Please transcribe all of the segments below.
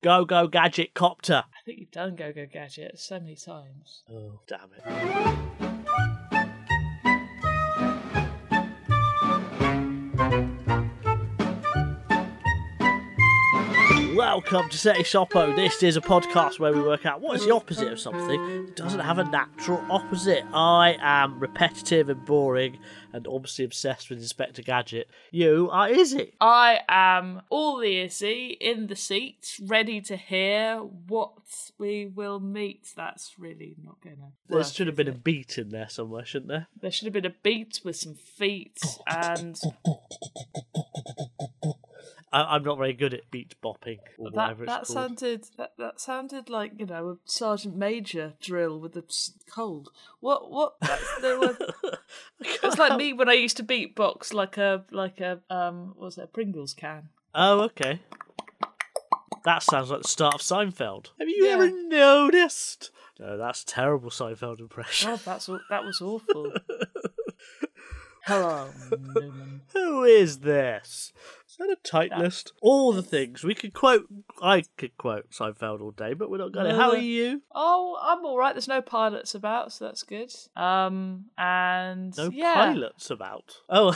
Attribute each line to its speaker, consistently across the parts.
Speaker 1: Go Go Gadget Copter.
Speaker 2: I think you've done Go Go Gadget so many times.
Speaker 1: Oh, damn it. Welcome to Seti Shoppo. This is a podcast where we work out what is the opposite of something that doesn't have a natural opposite. I am repetitive and boring and obviously obsessed with Inspector Gadget. You are Izzy.
Speaker 2: I am all the Izzy in the seat, ready to hear what we will meet. That's really not gonna.
Speaker 1: There
Speaker 2: work,
Speaker 1: should have
Speaker 2: is
Speaker 1: been a
Speaker 2: it?
Speaker 1: beat in there somewhere, shouldn't there?
Speaker 2: There should have been a beat with some feet
Speaker 1: Oh,
Speaker 2: and
Speaker 1: I- I'm not very good at beat bopping or
Speaker 2: that
Speaker 1: whatever
Speaker 2: that
Speaker 1: it's called.
Speaker 2: sounded that, that sounded like you know a sergeant major drill with a s- cold. What what? That's, there were, it's like me when I used to beatbox like a like a um what was it a Pringles can.
Speaker 1: Oh, okay. That sounds like the start of Seinfeld. Have you
Speaker 2: Yeah.
Speaker 1: ever noticed? No, that's terrible Seinfeld impression.
Speaker 2: God, that's aw- that was awful. Hello, Newman.
Speaker 1: Who is this? Is that a tight list? All the things we could quote. I could quote Seinfeld all day, but we're not going to. How are
Speaker 2: Uh.
Speaker 1: you?
Speaker 2: Oh, I'm all right. There's no pilots about, so that's good. Um, and
Speaker 1: No
Speaker 2: yeah,
Speaker 1: pilots about. Oh,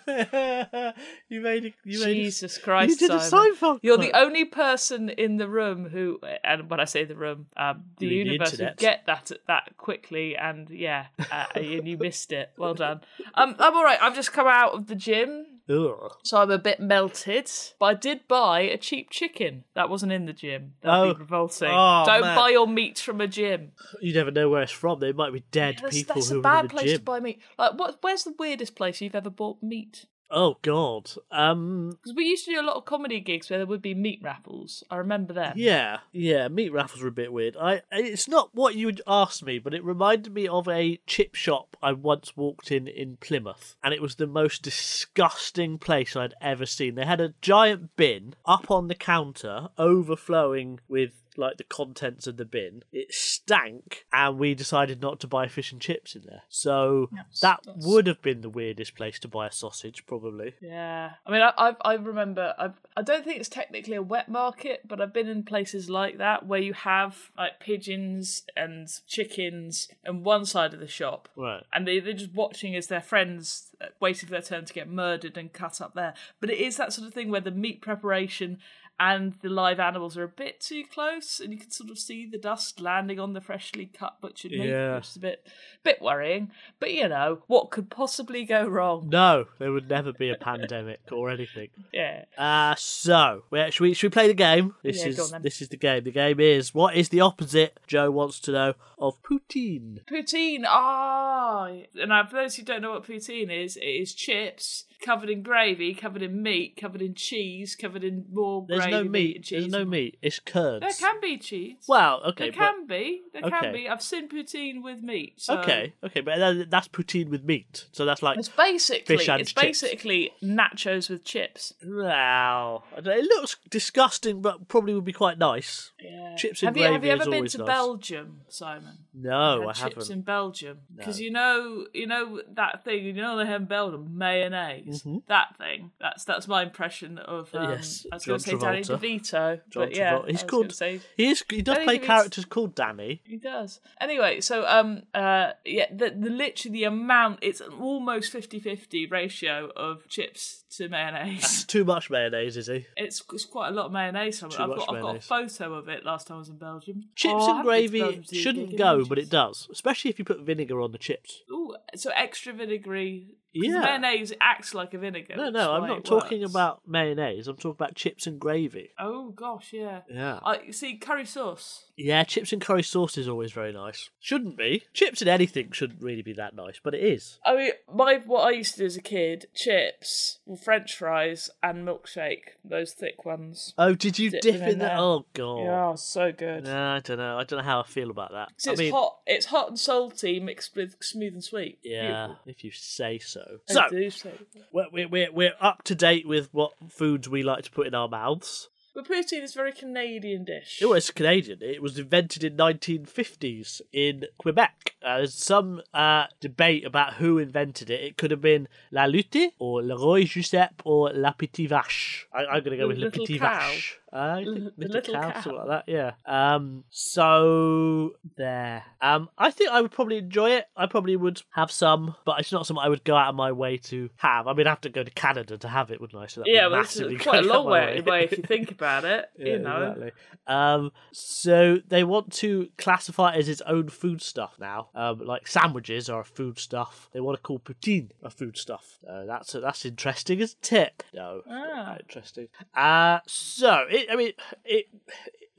Speaker 1: you made a, you made a,
Speaker 2: Jesus Christ,
Speaker 1: you did a
Speaker 2: Simon.
Speaker 1: Seinfeld.
Speaker 2: You're
Speaker 1: quote.
Speaker 2: the only person in the room who, and when I say the room, um, the
Speaker 1: You mean the
Speaker 2: universe who
Speaker 1: internet.
Speaker 2: get that that quickly, and yeah, uh, and you missed it. Well done. Um, I'm all right. I've just come out of the gym,
Speaker 1: Ugh.
Speaker 2: so I'm a bit melted. But I did buy a cheap chicken that wasn't in the gym. That'd
Speaker 1: Oh.
Speaker 2: be revolting.
Speaker 1: Oh,
Speaker 2: Don't
Speaker 1: man.
Speaker 2: buy your meat from a gym.
Speaker 1: You never know where it's from. They might be dead
Speaker 2: That's,
Speaker 1: people
Speaker 2: that's
Speaker 1: who
Speaker 2: a
Speaker 1: are in
Speaker 2: bad
Speaker 1: the
Speaker 2: place
Speaker 1: gym.
Speaker 2: to buy meat. Like, what? Where's the weirdest place you've ever bought meat?
Speaker 1: Oh God. Um.
Speaker 2: Because we used to do a lot of comedy gigs where there would be meat raffles. I remember them.
Speaker 1: Yeah, yeah. Meat raffles were a bit weird. I it's not what you would ask me, but it reminded me of a chip shop I once walked in in Plymouth, and it was the most disgusting place I'd ever seen. They had a giant bin up on the counter, overflowing with like the contents of the bin. It stank, and we decided not to buy fish and chips in there. So that
Speaker 2: that's-
Speaker 1: would have been the weirdest place to buy a sausage, probably.
Speaker 2: Yeah, I mean, I I, I remember I I don't think it's technically a wet market, but I've been in places like that where you have like pigeons and chickens on one side of the shop,
Speaker 1: Right.
Speaker 2: and they they're just watching as their friends uh, waiting for their turn to get murdered and cut up there. But it is that sort of thing where the meat preparation and the live animals are a bit too close, and you can sort of see the dust landing on the freshly cut butchered meat,
Speaker 1: Yeah.
Speaker 2: which is a bit bit worrying. But you know what could possibly go wrong?
Speaker 1: No, there would never be a pandemic or anything.
Speaker 2: Yeah.
Speaker 1: Uh so we- should we should we play the game? This
Speaker 2: Yeah, go
Speaker 1: is
Speaker 2: on then.
Speaker 1: this is the game. The game is what is the opposite? Joe wants to know of poutine.
Speaker 2: Poutine, ah, and now for those who don't know what poutine is, it is chips covered in gravy, covered in meat, covered in cheese, covered in more
Speaker 1: There's
Speaker 2: gravy.
Speaker 1: no
Speaker 2: and
Speaker 1: meat.
Speaker 2: cheese.
Speaker 1: There's no meat. It's curds.
Speaker 2: There can be cheese.
Speaker 1: Well, okay,
Speaker 2: there
Speaker 1: but,
Speaker 2: can be. There
Speaker 1: okay.
Speaker 2: can be. I've seen poutine with meat. So
Speaker 1: okay, okay, but that, that's poutine with meat. So that's like
Speaker 2: It's basically
Speaker 1: Fish and
Speaker 2: it's
Speaker 1: chips.
Speaker 2: basically nachos with chips.
Speaker 1: wow. I don't- It looks disgusting, but probably would be quite nice.
Speaker 2: Yeah.
Speaker 1: Chips and
Speaker 2: have you have
Speaker 1: gravy
Speaker 2: you
Speaker 1: is
Speaker 2: ever been
Speaker 1: always
Speaker 2: to
Speaker 1: nice.
Speaker 2: Belgium, Simon?
Speaker 1: No,
Speaker 2: had
Speaker 1: I
Speaker 2: chips
Speaker 1: haven't.
Speaker 2: in Belgium because you know you know that thing you know they have in Belgium mayonnaise that thing that's that's my impression of um,
Speaker 1: Mm-hmm. Yes,
Speaker 2: I was
Speaker 1: John
Speaker 2: going to say Danny
Speaker 1: Travolta.
Speaker 2: DeVito
Speaker 1: John
Speaker 2: but yeah
Speaker 1: Travolta. He's
Speaker 2: I was
Speaker 1: called-
Speaker 2: gonna say
Speaker 1: He is. He does
Speaker 2: Don't
Speaker 1: play
Speaker 2: give me s-
Speaker 1: characters called Danny.
Speaker 2: he does anyway so um uh yeah the, the literally the amount it's an almost 50-50 ratio of chips to mayonnaise
Speaker 1: It's too much mayonnaise, is he?
Speaker 2: it's, it's quite a lot of mayonnaise Simon.
Speaker 1: Too
Speaker 2: I've
Speaker 1: much
Speaker 2: got I've got a
Speaker 1: mayonnaise.
Speaker 2: photo of it last time I was in Belgium
Speaker 1: Chips
Speaker 2: Oh, I
Speaker 1: and
Speaker 2: haven't been to Belgium
Speaker 1: gravy
Speaker 2: to do
Speaker 1: shouldn't
Speaker 2: gigging
Speaker 1: go, but
Speaker 2: ages.
Speaker 1: it does, especially if you put vinegar on the chips.
Speaker 2: Ooh, so extra vinegary. 'cause
Speaker 1: Yeah.
Speaker 2: Mayonnaise acts like a vinegar.
Speaker 1: No,
Speaker 2: which
Speaker 1: no,
Speaker 2: is
Speaker 1: I'm
Speaker 2: why
Speaker 1: not
Speaker 2: it
Speaker 1: talking
Speaker 2: works.
Speaker 1: about mayonnaise. I'm talking about chips and gravy.
Speaker 2: Oh gosh, yeah.
Speaker 1: Yeah.
Speaker 2: I see curry sauce.
Speaker 1: Yeah, chips and curry sauce is always very nice. Shouldn't be. Chips and anything shouldn't really be that nice, but it is.
Speaker 2: I mean, my what I used to do as a kid: chips, French fries, and milkshake. Those thick ones.
Speaker 1: Oh, did you
Speaker 2: Dip
Speaker 1: dip
Speaker 2: them
Speaker 1: in
Speaker 2: in
Speaker 1: that?
Speaker 2: there.
Speaker 1: Oh, God.
Speaker 2: Yeah, so good.
Speaker 1: Nah, I don't know. I don't know how I feel about that.
Speaker 2: 'Cause
Speaker 1: I
Speaker 2: it's
Speaker 1: mean,
Speaker 2: hot. It's hot and salty mixed with smooth and sweet.
Speaker 1: yeah, if you say so.
Speaker 2: Beautiful. I
Speaker 1: So,
Speaker 2: do say.
Speaker 1: we're, we're- we're, we're up to date with what foods we like to put in our mouths.
Speaker 2: But poutine is a very Canadian dish.
Speaker 1: It was Canadian. It was invented in 1950s in Quebec. Uh, there's some uh, debate about who invented it. It could have been La Lutte or Le Roy Giuseppe or La Petite Vache. I, I'm going to go
Speaker 2: The
Speaker 1: with La
Speaker 2: little
Speaker 1: Petite
Speaker 2: cow.
Speaker 1: Vache. I think Little,
Speaker 2: The Little
Speaker 1: Cow,
Speaker 2: Cow.
Speaker 1: something like that. Yeah. Um. So there. Um. I think I would probably enjoy it. I probably would have some, but it's not something I would go out of my way to have. I mean, I'd have to go to Canada to have it, wouldn't I? So that'd
Speaker 2: yeah,
Speaker 1: be
Speaker 2: well, this is
Speaker 1: massively
Speaker 2: quite a
Speaker 1: going out
Speaker 2: long
Speaker 1: my
Speaker 2: way away if you think about it.
Speaker 1: Yeah,
Speaker 2: you know,
Speaker 1: exactly. Um, so they want to classify it as its own foodstuff now. Um, like sandwiches are a foodstuff. They want to call poutine a foodstuff. Uh, that's that's interesting, isn't it? No, it's not
Speaker 2: Ah.
Speaker 1: that interesting. Uh, so it, I mean, it.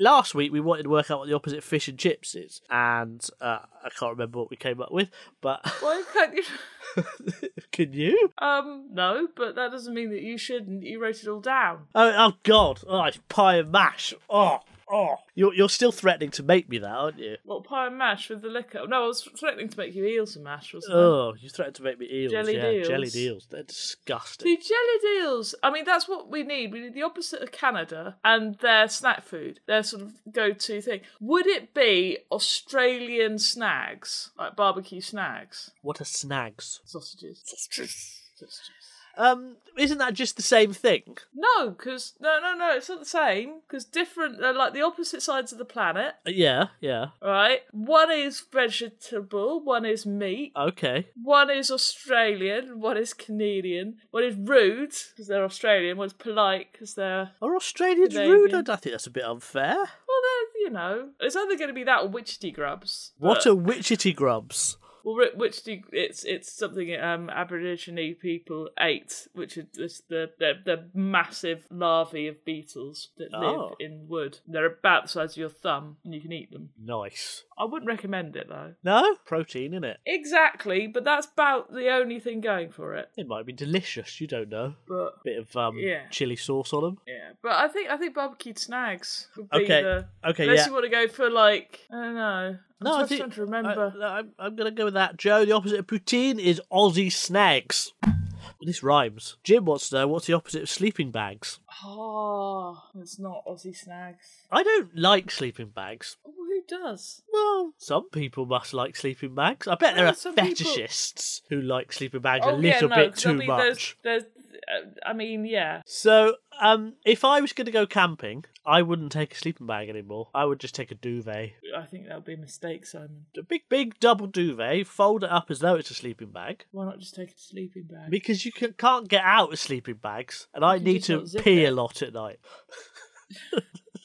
Speaker 1: Last week we wanted to work out what the opposite of fish and chips is, and uh, I can't remember what we came up with. But
Speaker 2: why can't you?
Speaker 1: can you?
Speaker 2: Um, no, but that doesn't mean that you shouldn't. You wrote it all down.
Speaker 1: Oh, oh God! Oh, it's pie and mash. Oh, oh! You're you're still threatening to make me that, aren't you?
Speaker 2: What pie and mash with the liquor? No, I was threatening to make you eels and mash, wasn't I?
Speaker 1: Oh, you threatened to make me eels.
Speaker 2: Jellied
Speaker 1: yeah,
Speaker 2: eels.
Speaker 1: jellied eels. They're disgusting.
Speaker 2: The jelly deals. I mean, that's what we need. We need the opposite of Canada and their snack food, their sort of go-to thing. Would it be Australian snags, like barbecue snags,
Speaker 1: What are snags?
Speaker 2: sausages? Sausages.
Speaker 1: Um, isn't that just the same thing?
Speaker 2: No, because no, no, no, it's not the same. Because different, they're like the opposite sides of the planet,
Speaker 1: Uh, Yeah, yeah.
Speaker 2: right? One is vegetable, one is meat,
Speaker 1: Okay.
Speaker 2: one is Australian, one is Canadian, one is rude because they're Australian, one's polite because they're
Speaker 1: Are Australians
Speaker 2: Maybe.
Speaker 1: rude? I I think that's a bit unfair.
Speaker 2: Well, they're, you know, it's either going to be that or witchetty grubs.
Speaker 1: What
Speaker 2: But-
Speaker 1: are witchetty grubs?
Speaker 2: well, ri- witchetty. It's it's something um Aborigine people ate, which is this, the the the massive larvae of beetles that
Speaker 1: Oh.
Speaker 2: live in wood. They're about the size of your thumb, and you can eat them.
Speaker 1: Nice.
Speaker 2: I wouldn't recommend it though.
Speaker 1: No protein in it.
Speaker 2: Exactly, but that's about the only thing going for it.
Speaker 1: It might be delicious. You don't know.
Speaker 2: But
Speaker 1: Bit of um,
Speaker 2: Yeah.
Speaker 1: chili sauce on them.
Speaker 2: yeah, but I think I think barbecued snags would be
Speaker 1: Okay.
Speaker 2: the.
Speaker 1: Okay,
Speaker 2: Unless
Speaker 1: yeah.
Speaker 2: you want to go for like I don't know. I'm
Speaker 1: No, I
Speaker 2: just
Speaker 1: think-
Speaker 2: trying to remember.
Speaker 1: I, am I'm gonna go with that, Joe. The opposite of poutine is Aussie snags. This rhymes. Jim wants to know what's the opposite of sleeping bags.
Speaker 2: Oh, it's not Aussie snags.
Speaker 1: I don't like sleeping bags.
Speaker 2: Oh, who does?
Speaker 1: Well, some people must like sleeping bags. I bet there
Speaker 2: Well,
Speaker 1: are
Speaker 2: some people-
Speaker 1: fetishists who like sleeping bags a
Speaker 2: oh, yeah,
Speaker 1: little
Speaker 2: no,
Speaker 1: bit
Speaker 2: 'cause I
Speaker 1: too
Speaker 2: mean,
Speaker 1: much.
Speaker 2: There's, there's, uh, I mean, yeah.
Speaker 1: So, um, if I was going to go camping, I wouldn't take a sleeping bag anymore. I would just take a duvet,
Speaker 2: I think that would be a mistake, Simon.
Speaker 1: a big, big double duvet, fold it up as though it's a sleeping bag.
Speaker 2: Why not just take a sleeping bag?
Speaker 1: Because you can, can't get out of sleeping bags, and I
Speaker 2: can
Speaker 1: need
Speaker 2: just
Speaker 1: to
Speaker 2: not zip
Speaker 1: pee a
Speaker 2: it.
Speaker 1: lot at night.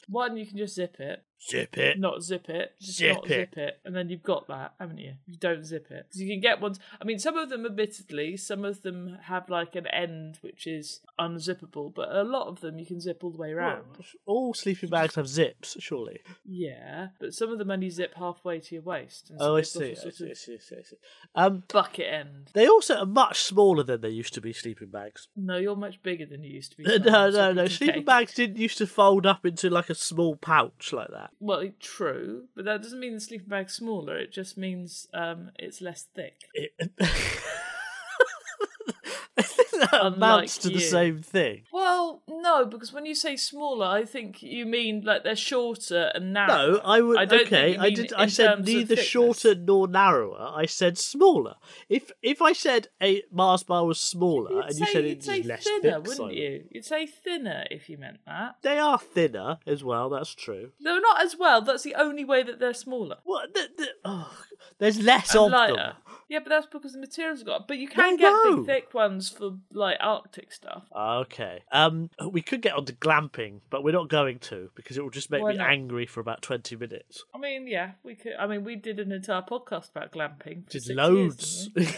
Speaker 2: One, you can just zip it,
Speaker 1: Zip it.
Speaker 2: not zip it, just
Speaker 1: Zip
Speaker 2: not
Speaker 1: it.
Speaker 2: zip it, and then you've got that, haven't you? You don't zip it 'Cause you can get ones. I mean, some of them, admittedly, some of them have like an end which is unzippable, but a lot of them you can zip all the way around.
Speaker 1: All sleeping bags have zips, surely.
Speaker 2: Yeah, but some of them only zip halfway to your waist. And so
Speaker 1: Oh, I
Speaker 2: they've got a
Speaker 1: see. I
Speaker 2: sort
Speaker 1: see. I
Speaker 2: of
Speaker 1: see. I see. I see. Um,
Speaker 2: Bucket end.
Speaker 1: They also are much smaller than they used to be, sleeping bags.
Speaker 2: No, you're much bigger than you used to be.
Speaker 1: No, no,
Speaker 2: Simon, so
Speaker 1: no.
Speaker 2: you can
Speaker 1: Sleeping
Speaker 2: take-
Speaker 1: bags didn't used to fold up into like a small pouch like that.
Speaker 2: Well, true, but that doesn't mean the sleeping bag's smaller. It just means um, it's less thick.
Speaker 1: It... I think that amounts
Speaker 2: Unlike
Speaker 1: to the
Speaker 2: you.
Speaker 1: same thing.
Speaker 2: Well, no, because when you say smaller, I think you mean like they're shorter and narrow.
Speaker 1: No, I would.
Speaker 2: I don't think
Speaker 1: okay,
Speaker 2: you
Speaker 1: I
Speaker 2: mean
Speaker 1: did.
Speaker 2: in
Speaker 1: I
Speaker 2: terms
Speaker 1: said
Speaker 2: of
Speaker 1: neither
Speaker 2: thickness.
Speaker 1: shorter nor narrower. I said smaller. If if I said a Mars bar was smaller,
Speaker 2: You'd
Speaker 1: Ah, and
Speaker 2: say,
Speaker 1: you said
Speaker 2: you'd
Speaker 1: it's
Speaker 2: say
Speaker 1: less
Speaker 2: thinner,
Speaker 1: thick,
Speaker 2: wouldn't
Speaker 1: Simon.
Speaker 2: you? You'd say thinner if you meant that.
Speaker 1: They are thinner as well. That's true.
Speaker 2: No, not as well. That's the only way that they're smaller.
Speaker 1: What? The, the, oh, there's less
Speaker 2: and
Speaker 1: of them.
Speaker 2: lighter. Yeah, but that's because the materials have got. But you can
Speaker 1: No,
Speaker 2: get
Speaker 1: no.
Speaker 2: big, thick ones for like Arctic stuff.
Speaker 1: Okay. Um, we could get onto glamping, but we're not going to because it will just make
Speaker 2: Why
Speaker 1: me
Speaker 2: not?
Speaker 1: angry for about twenty minutes.
Speaker 2: I mean, yeah, we could. I mean, we did an entire podcast about glamping. for
Speaker 1: Did
Speaker 2: six years,
Speaker 1: loads.
Speaker 2: didn't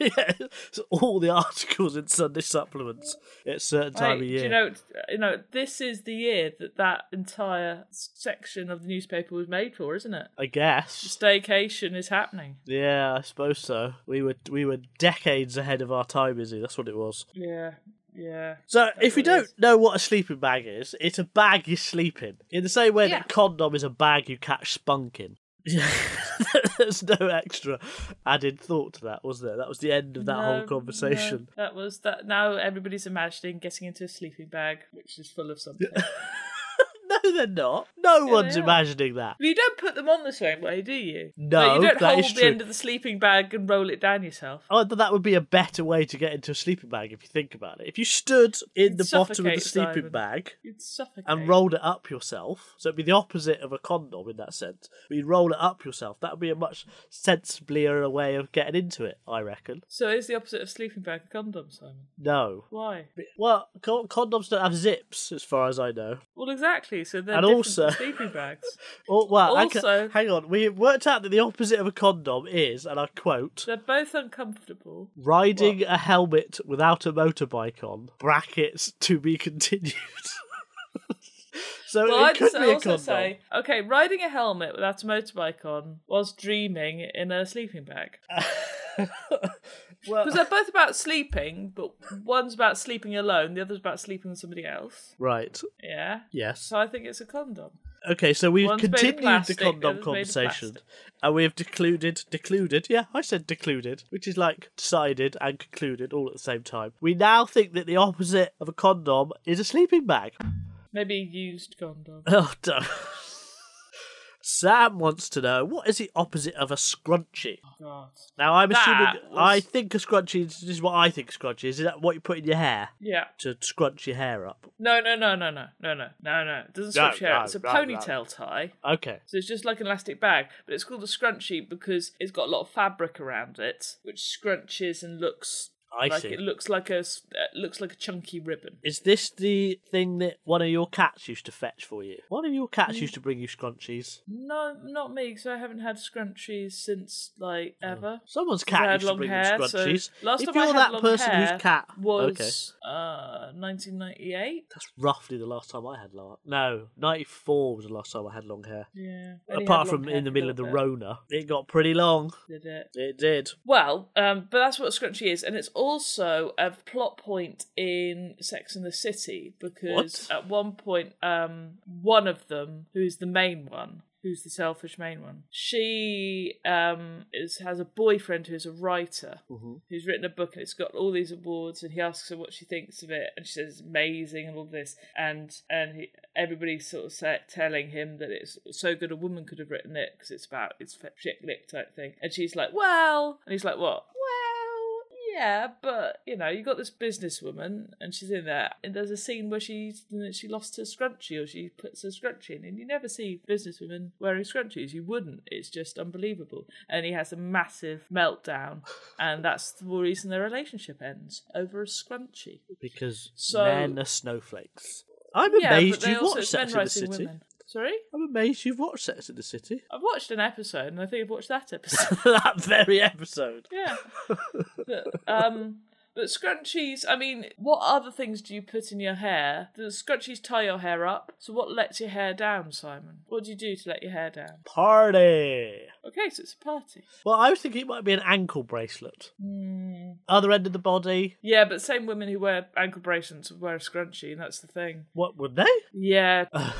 Speaker 1: yeah, it's all the articles in Sunday supplements at a certain
Speaker 2: we? Hey,
Speaker 1: time of year.
Speaker 2: Do you know? uh, You know, this is the year that that entire section of the newspaper was made for, isn't it?
Speaker 1: I guess.
Speaker 2: Staycation is happening.
Speaker 1: Yeah, I suppose so. We were we were decades ahead of our time, Izzy. That's what it was.
Speaker 2: Yeah, yeah.
Speaker 1: So, if you
Speaker 2: what it
Speaker 1: don't
Speaker 2: is.
Speaker 1: know what a sleeping bag is, it's a bag you sleep in. In the same way
Speaker 2: Yeah.
Speaker 1: that condom is a bag you catch spunk in. There's no extra added thought to that, was there? That was the end of that whole
Speaker 2: No,
Speaker 1: conversation.
Speaker 2: no, that was that. Now everybody's imagining getting into a sleeping bag, which is full of something.
Speaker 1: No, No, they're not. No
Speaker 2: Yeah,
Speaker 1: one's
Speaker 2: they are.
Speaker 1: imagining that.
Speaker 2: You don't put them on the same way, do you?
Speaker 1: No,
Speaker 2: Like, you don't
Speaker 1: that
Speaker 2: hold
Speaker 1: is
Speaker 2: the
Speaker 1: true.
Speaker 2: end of the sleeping bag and roll it down yourself.
Speaker 1: Oh, th- that would be a better way to get into a sleeping bag if you think about it. If you stood in the bottom of the
Speaker 2: Suffocate,
Speaker 1: sleeping
Speaker 2: Simon.
Speaker 1: bag
Speaker 2: You'd suffocate.
Speaker 1: and rolled it up yourself, so it'd be the opposite of a condom in that sense, but you'd roll it up yourself. That would be a much sensiblier way of getting into it, I reckon.
Speaker 2: So is the opposite of sleeping bag a condom, Simon?
Speaker 1: No.
Speaker 2: Why?
Speaker 1: Well, con- condoms don't have zips, as far as I know.
Speaker 2: Well, exactly. So they're
Speaker 1: And
Speaker 2: different
Speaker 1: also-
Speaker 2: from sleeping bags.
Speaker 1: Oh, well, I ca-
Speaker 2: Also-
Speaker 1: hang on. We worked out that the opposite of a condom is, and I quote,
Speaker 2: They're both uncomfortable.
Speaker 1: riding a helmet without a motorbike on. Brackets to be continued. so
Speaker 2: Well,
Speaker 1: it
Speaker 2: I'd
Speaker 1: could
Speaker 2: s-
Speaker 1: be a
Speaker 2: also
Speaker 1: condom.
Speaker 2: say, okay, riding a helmet without a motorbike on whilst dreaming in a sleeping bag.
Speaker 1: well,
Speaker 2: Because they're both about sleeping, but one's about sleeping alone, the other's about sleeping with somebody else.
Speaker 1: right.
Speaker 2: Yeah.
Speaker 1: Yes.
Speaker 2: So I think it's a condom.
Speaker 1: Okay. So we've
Speaker 2: One's made of
Speaker 1: continued
Speaker 2: plastic,
Speaker 1: the condom
Speaker 2: one's made of
Speaker 1: conversation,
Speaker 2: plastic.
Speaker 1: and we have decluded, decluded. Yeah, I said decluded, which is like decided and concluded all at the same time. We now think that the opposite of a condom is a sleeping bag.
Speaker 2: Maybe a used condom.
Speaker 1: Oh, damn. Sam wants to know what is the opposite of a scrunchie.
Speaker 2: God.
Speaker 1: Now I'm
Speaker 2: That
Speaker 1: assuming
Speaker 2: was-
Speaker 1: I think a scrunchie is, this is what I think a scrunchie is. Is that what you put in your hair
Speaker 2: Yeah.
Speaker 1: to scrunch your hair up?
Speaker 2: No, no, no, no, no, no, no, no, no. It doesn't
Speaker 1: No,
Speaker 2: switch hair.
Speaker 1: no,
Speaker 2: it's a
Speaker 1: no, no.
Speaker 2: ponytail tie.
Speaker 1: Okay.
Speaker 2: So it's just like an elastic bag, but it's called a scrunchie because it's got a lot of fabric around it, which scrunches and looks
Speaker 1: I
Speaker 2: like
Speaker 1: see.
Speaker 2: it looks like a s- uh, looks like a chunky ribbon.
Speaker 1: Is this the thing that one of your cats used to fetch for you? One of your cats used to bring you scrunchies.
Speaker 2: No, not me, because I haven't had scrunchies since like ever.
Speaker 1: Someone's Oh.
Speaker 2: I
Speaker 1: cat
Speaker 2: had
Speaker 1: used to
Speaker 2: long
Speaker 1: bring
Speaker 2: hair.
Speaker 1: you
Speaker 2: So
Speaker 1: scrunchies.
Speaker 2: last
Speaker 1: if
Speaker 2: time
Speaker 1: you're
Speaker 2: I had
Speaker 1: that
Speaker 2: long
Speaker 1: person
Speaker 2: hair
Speaker 1: whose cat okay,
Speaker 2: was uh, 1998.
Speaker 1: that's roughly the last time I had long. No, ninety four was the last time I had long hair.
Speaker 2: Yeah. Only
Speaker 1: Apart
Speaker 2: had long
Speaker 1: from
Speaker 2: hair
Speaker 1: in the
Speaker 2: for a
Speaker 1: middle of the
Speaker 2: little
Speaker 1: Rona, it got pretty long.
Speaker 2: bit, Did it?
Speaker 1: It did.
Speaker 2: Well, um, but that's what a scrunchie is, and it's also a plot point in Sex and the City because
Speaker 1: What?
Speaker 2: at one point, um, one of them, who's the main one, who's the selfish main one, she um, is has a boyfriend who's a writer
Speaker 1: Mm-hmm.
Speaker 2: who's written a book and it's got all these awards, and he asks her what she thinks of it, and she says it's amazing and all this, and and he, everybody's sort of sa telling him that it's so good a woman could have written it because it's about it's fe- chick lit type thing, and she's like, well, and he's like, what? Well, yeah, but you know, you got this businesswoman, and she's in there, and there's a scene where she's she lost her scrunchie or she puts her scrunchie in, and you never see businesswomen wearing scrunchies. You wouldn't. It's just unbelievable. And he has a massive meltdown, and that's the reason their relationship ends over a scrunchie.
Speaker 1: because
Speaker 2: So-
Speaker 1: men are snowflakes. I'm
Speaker 2: Yeah, but
Speaker 1: amazed
Speaker 2: they
Speaker 1: you've
Speaker 2: also-
Speaker 1: watched
Speaker 2: it's men
Speaker 1: Sex in the
Speaker 2: writing
Speaker 1: City.
Speaker 2: women. Sorry,
Speaker 1: I'm amazed you've watched Sex in the City.
Speaker 2: I've watched an episode, and I think I've watched that episode.
Speaker 1: that very episode.
Speaker 2: Yeah. but, um, but scrunchies, I mean, what other things do you put in your hair? The scrunchies tie your hair up. So what lets your hair down, Simon? What do you do to let your hair down?
Speaker 1: Party.
Speaker 2: Okay, so it's a party.
Speaker 1: Well, I was thinking it might be an ankle bracelet.
Speaker 2: Hmm.
Speaker 1: Other end of the body.
Speaker 2: Yeah, but same women who wear ankle bracelets would wear a scrunchie, and that's the thing.
Speaker 1: What would they?
Speaker 2: Yeah.
Speaker 1: Uh.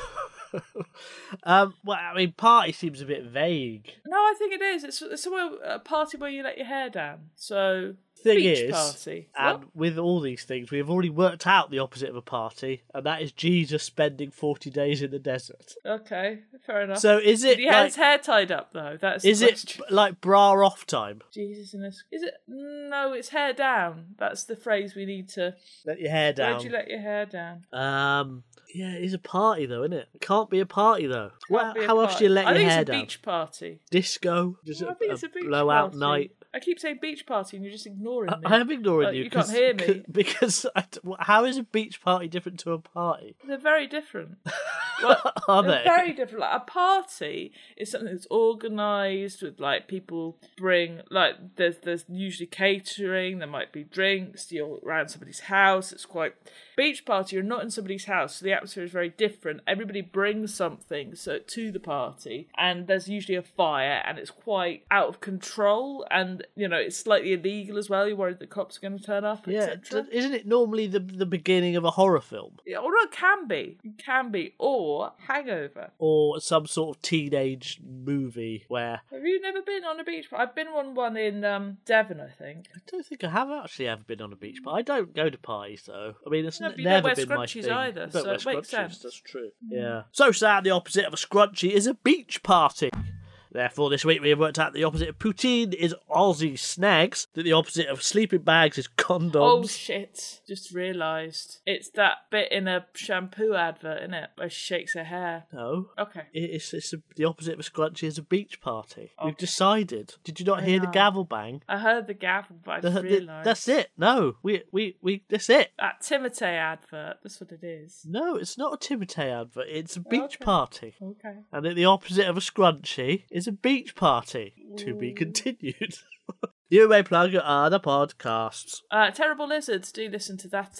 Speaker 1: um, well, I mean, party seems a bit vague.
Speaker 2: No, I think it is. It's, it's somewhere, a party where you let your hair down. So
Speaker 1: Thing
Speaker 2: beach
Speaker 1: is, um,
Speaker 2: party.
Speaker 1: and with all these things, we have already worked out the opposite of a party, and that is Jesus spending forty days in the desert.
Speaker 2: What? Oh, Okay, fair enough.
Speaker 1: So is it
Speaker 2: Did he have
Speaker 1: like,
Speaker 2: his hair tied up though? That's the
Speaker 1: is it
Speaker 2: question.
Speaker 1: like bra off time?
Speaker 2: Jesus in this. Is it? No, it's hair down. That's the phrase we need to.
Speaker 1: Let your hair down.
Speaker 2: Where do you let your hair down?
Speaker 1: Um, yeah, it is a party though, isn't it? It can't be a party though. Well,
Speaker 2: Can't be a
Speaker 1: how else do
Speaker 2: party.
Speaker 1: you let
Speaker 2: I
Speaker 1: your
Speaker 2: think
Speaker 1: hair
Speaker 2: it's a
Speaker 1: down?
Speaker 2: beach party.
Speaker 1: Disco? Just
Speaker 2: I think it's a beach
Speaker 1: blowout
Speaker 2: party.
Speaker 1: night.
Speaker 2: I keep saying beach party and you're just ignoring me.
Speaker 1: I am ignoring
Speaker 2: Like,
Speaker 1: you.
Speaker 2: you can't
Speaker 1: 'cause-
Speaker 2: hear me.
Speaker 1: c- because I d- wh- how is a beach party different to a party?
Speaker 2: They're very different. Well,
Speaker 1: Are
Speaker 2: they're
Speaker 1: they?
Speaker 2: very different. Like, a party is something that's organised with like people bring like there's there's usually catering. There might be drinks. You're around somebody's house. It's quite beach party. You're not in somebody's house, so the atmosphere is very different. Everybody brings something so to the party, and there's usually a fire, and it's quite out of control, and you know it's slightly illegal as well. You're worried the cops are going to turn up,
Speaker 1: Yeah,
Speaker 2: etc.
Speaker 1: d- isn't it normally the the beginning of a horror film
Speaker 2: Yeah, Or it can be, it can be, or hangover.
Speaker 1: or some sort of teenage movie where
Speaker 2: Have you never been on a beach? par- I've been on one in um, Devon, I think.
Speaker 1: I don't think I have actually ever been on a beach, but I don't go to parties though. I mean, it's
Speaker 2: No, but you
Speaker 1: never
Speaker 2: don't wear
Speaker 1: been my
Speaker 2: scrunchies
Speaker 1: thing.
Speaker 2: either,
Speaker 1: Don't
Speaker 2: so
Speaker 1: wear
Speaker 2: it makes
Speaker 1: scrunchies,
Speaker 2: sense. Mm.
Speaker 1: That's true. Yeah. So sad. The opposite of a scrunchie is a beach party. Therefore, this week we have worked out the opposite of poutine is Aussie snags. That the opposite of sleeping bags is
Speaker 2: Oh
Speaker 1: condoms.
Speaker 2: shit! Just realised it's that bit in a shampoo advert, isn't it? Where she shakes her hair.
Speaker 1: no.
Speaker 2: Okay.
Speaker 1: It- It's, it's a, the opposite of a scrunchie is a beach party. We've
Speaker 2: Okay.
Speaker 1: decided. Did you not hear the
Speaker 2: know.
Speaker 1: gavel bang?
Speaker 2: I heard the gavel, but I
Speaker 1: The-
Speaker 2: just
Speaker 1: the-
Speaker 2: realised
Speaker 1: that's it. No, we we we. That's it.
Speaker 2: That Timotei advert. That's what it is.
Speaker 1: No, it's not a Timotei advert. It's a beach
Speaker 2: Okay.
Speaker 1: party.
Speaker 2: Okay.
Speaker 1: And then the opposite of a scrunchie is a beach party. To be continued. you may plug your other podcasts.
Speaker 2: Uh, Terrible Lizards, do listen to that,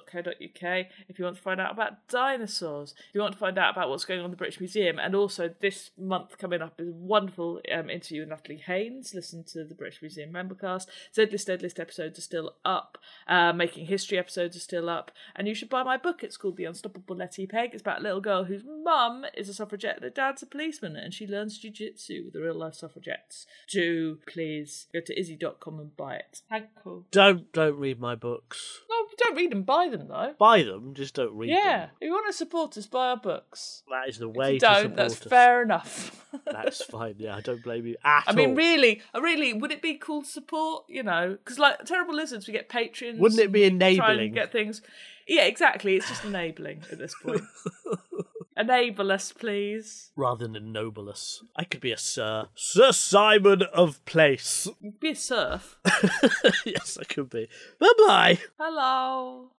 Speaker 2: terriblelizards.co.uk, if you want to find out about dinosaurs, if you want to find out about what's going on in the British Museum, and also this month coming up is a wonderful um, interview with Natalie Haynes. Listen to the British Museum membercast. Zedlist Deadlist episodes are still up, uh, Making History episodes are still up, and you should buy my book. It's called The Unstoppable Letty Peg. It's about a little girl whose mum is a suffragette and her dad's a policeman, and she learns jujitsu with the real life suffragettes. Do please go to izzy.com and buy it. Thank you.
Speaker 1: Don't don't read my books.
Speaker 2: No, we don't read and buy them though.
Speaker 1: Buy them, just don't read
Speaker 2: yeah,
Speaker 1: them.
Speaker 2: if you want to support us, buy our books.
Speaker 1: That is the
Speaker 2: If
Speaker 1: way
Speaker 2: you
Speaker 1: to
Speaker 2: don't,
Speaker 1: support
Speaker 2: that's
Speaker 1: us.
Speaker 2: fair enough.
Speaker 1: That's fine. Yeah, I don't blame you at
Speaker 2: I mean,
Speaker 1: all.
Speaker 2: really, uh, really, would it be called support? You know, because like terrible lizards, we get patrons.
Speaker 1: Wouldn't it
Speaker 2: and
Speaker 1: be
Speaker 2: we Try
Speaker 1: enabling?
Speaker 2: and get things. Yeah, exactly. It's just enabling at this point. Enable us, please.
Speaker 1: rather than ennoble us. I could be a Sir. Sir Simon of Place.
Speaker 2: You'd be a surf.
Speaker 1: yes, I could be. Bye bye.
Speaker 2: Hello.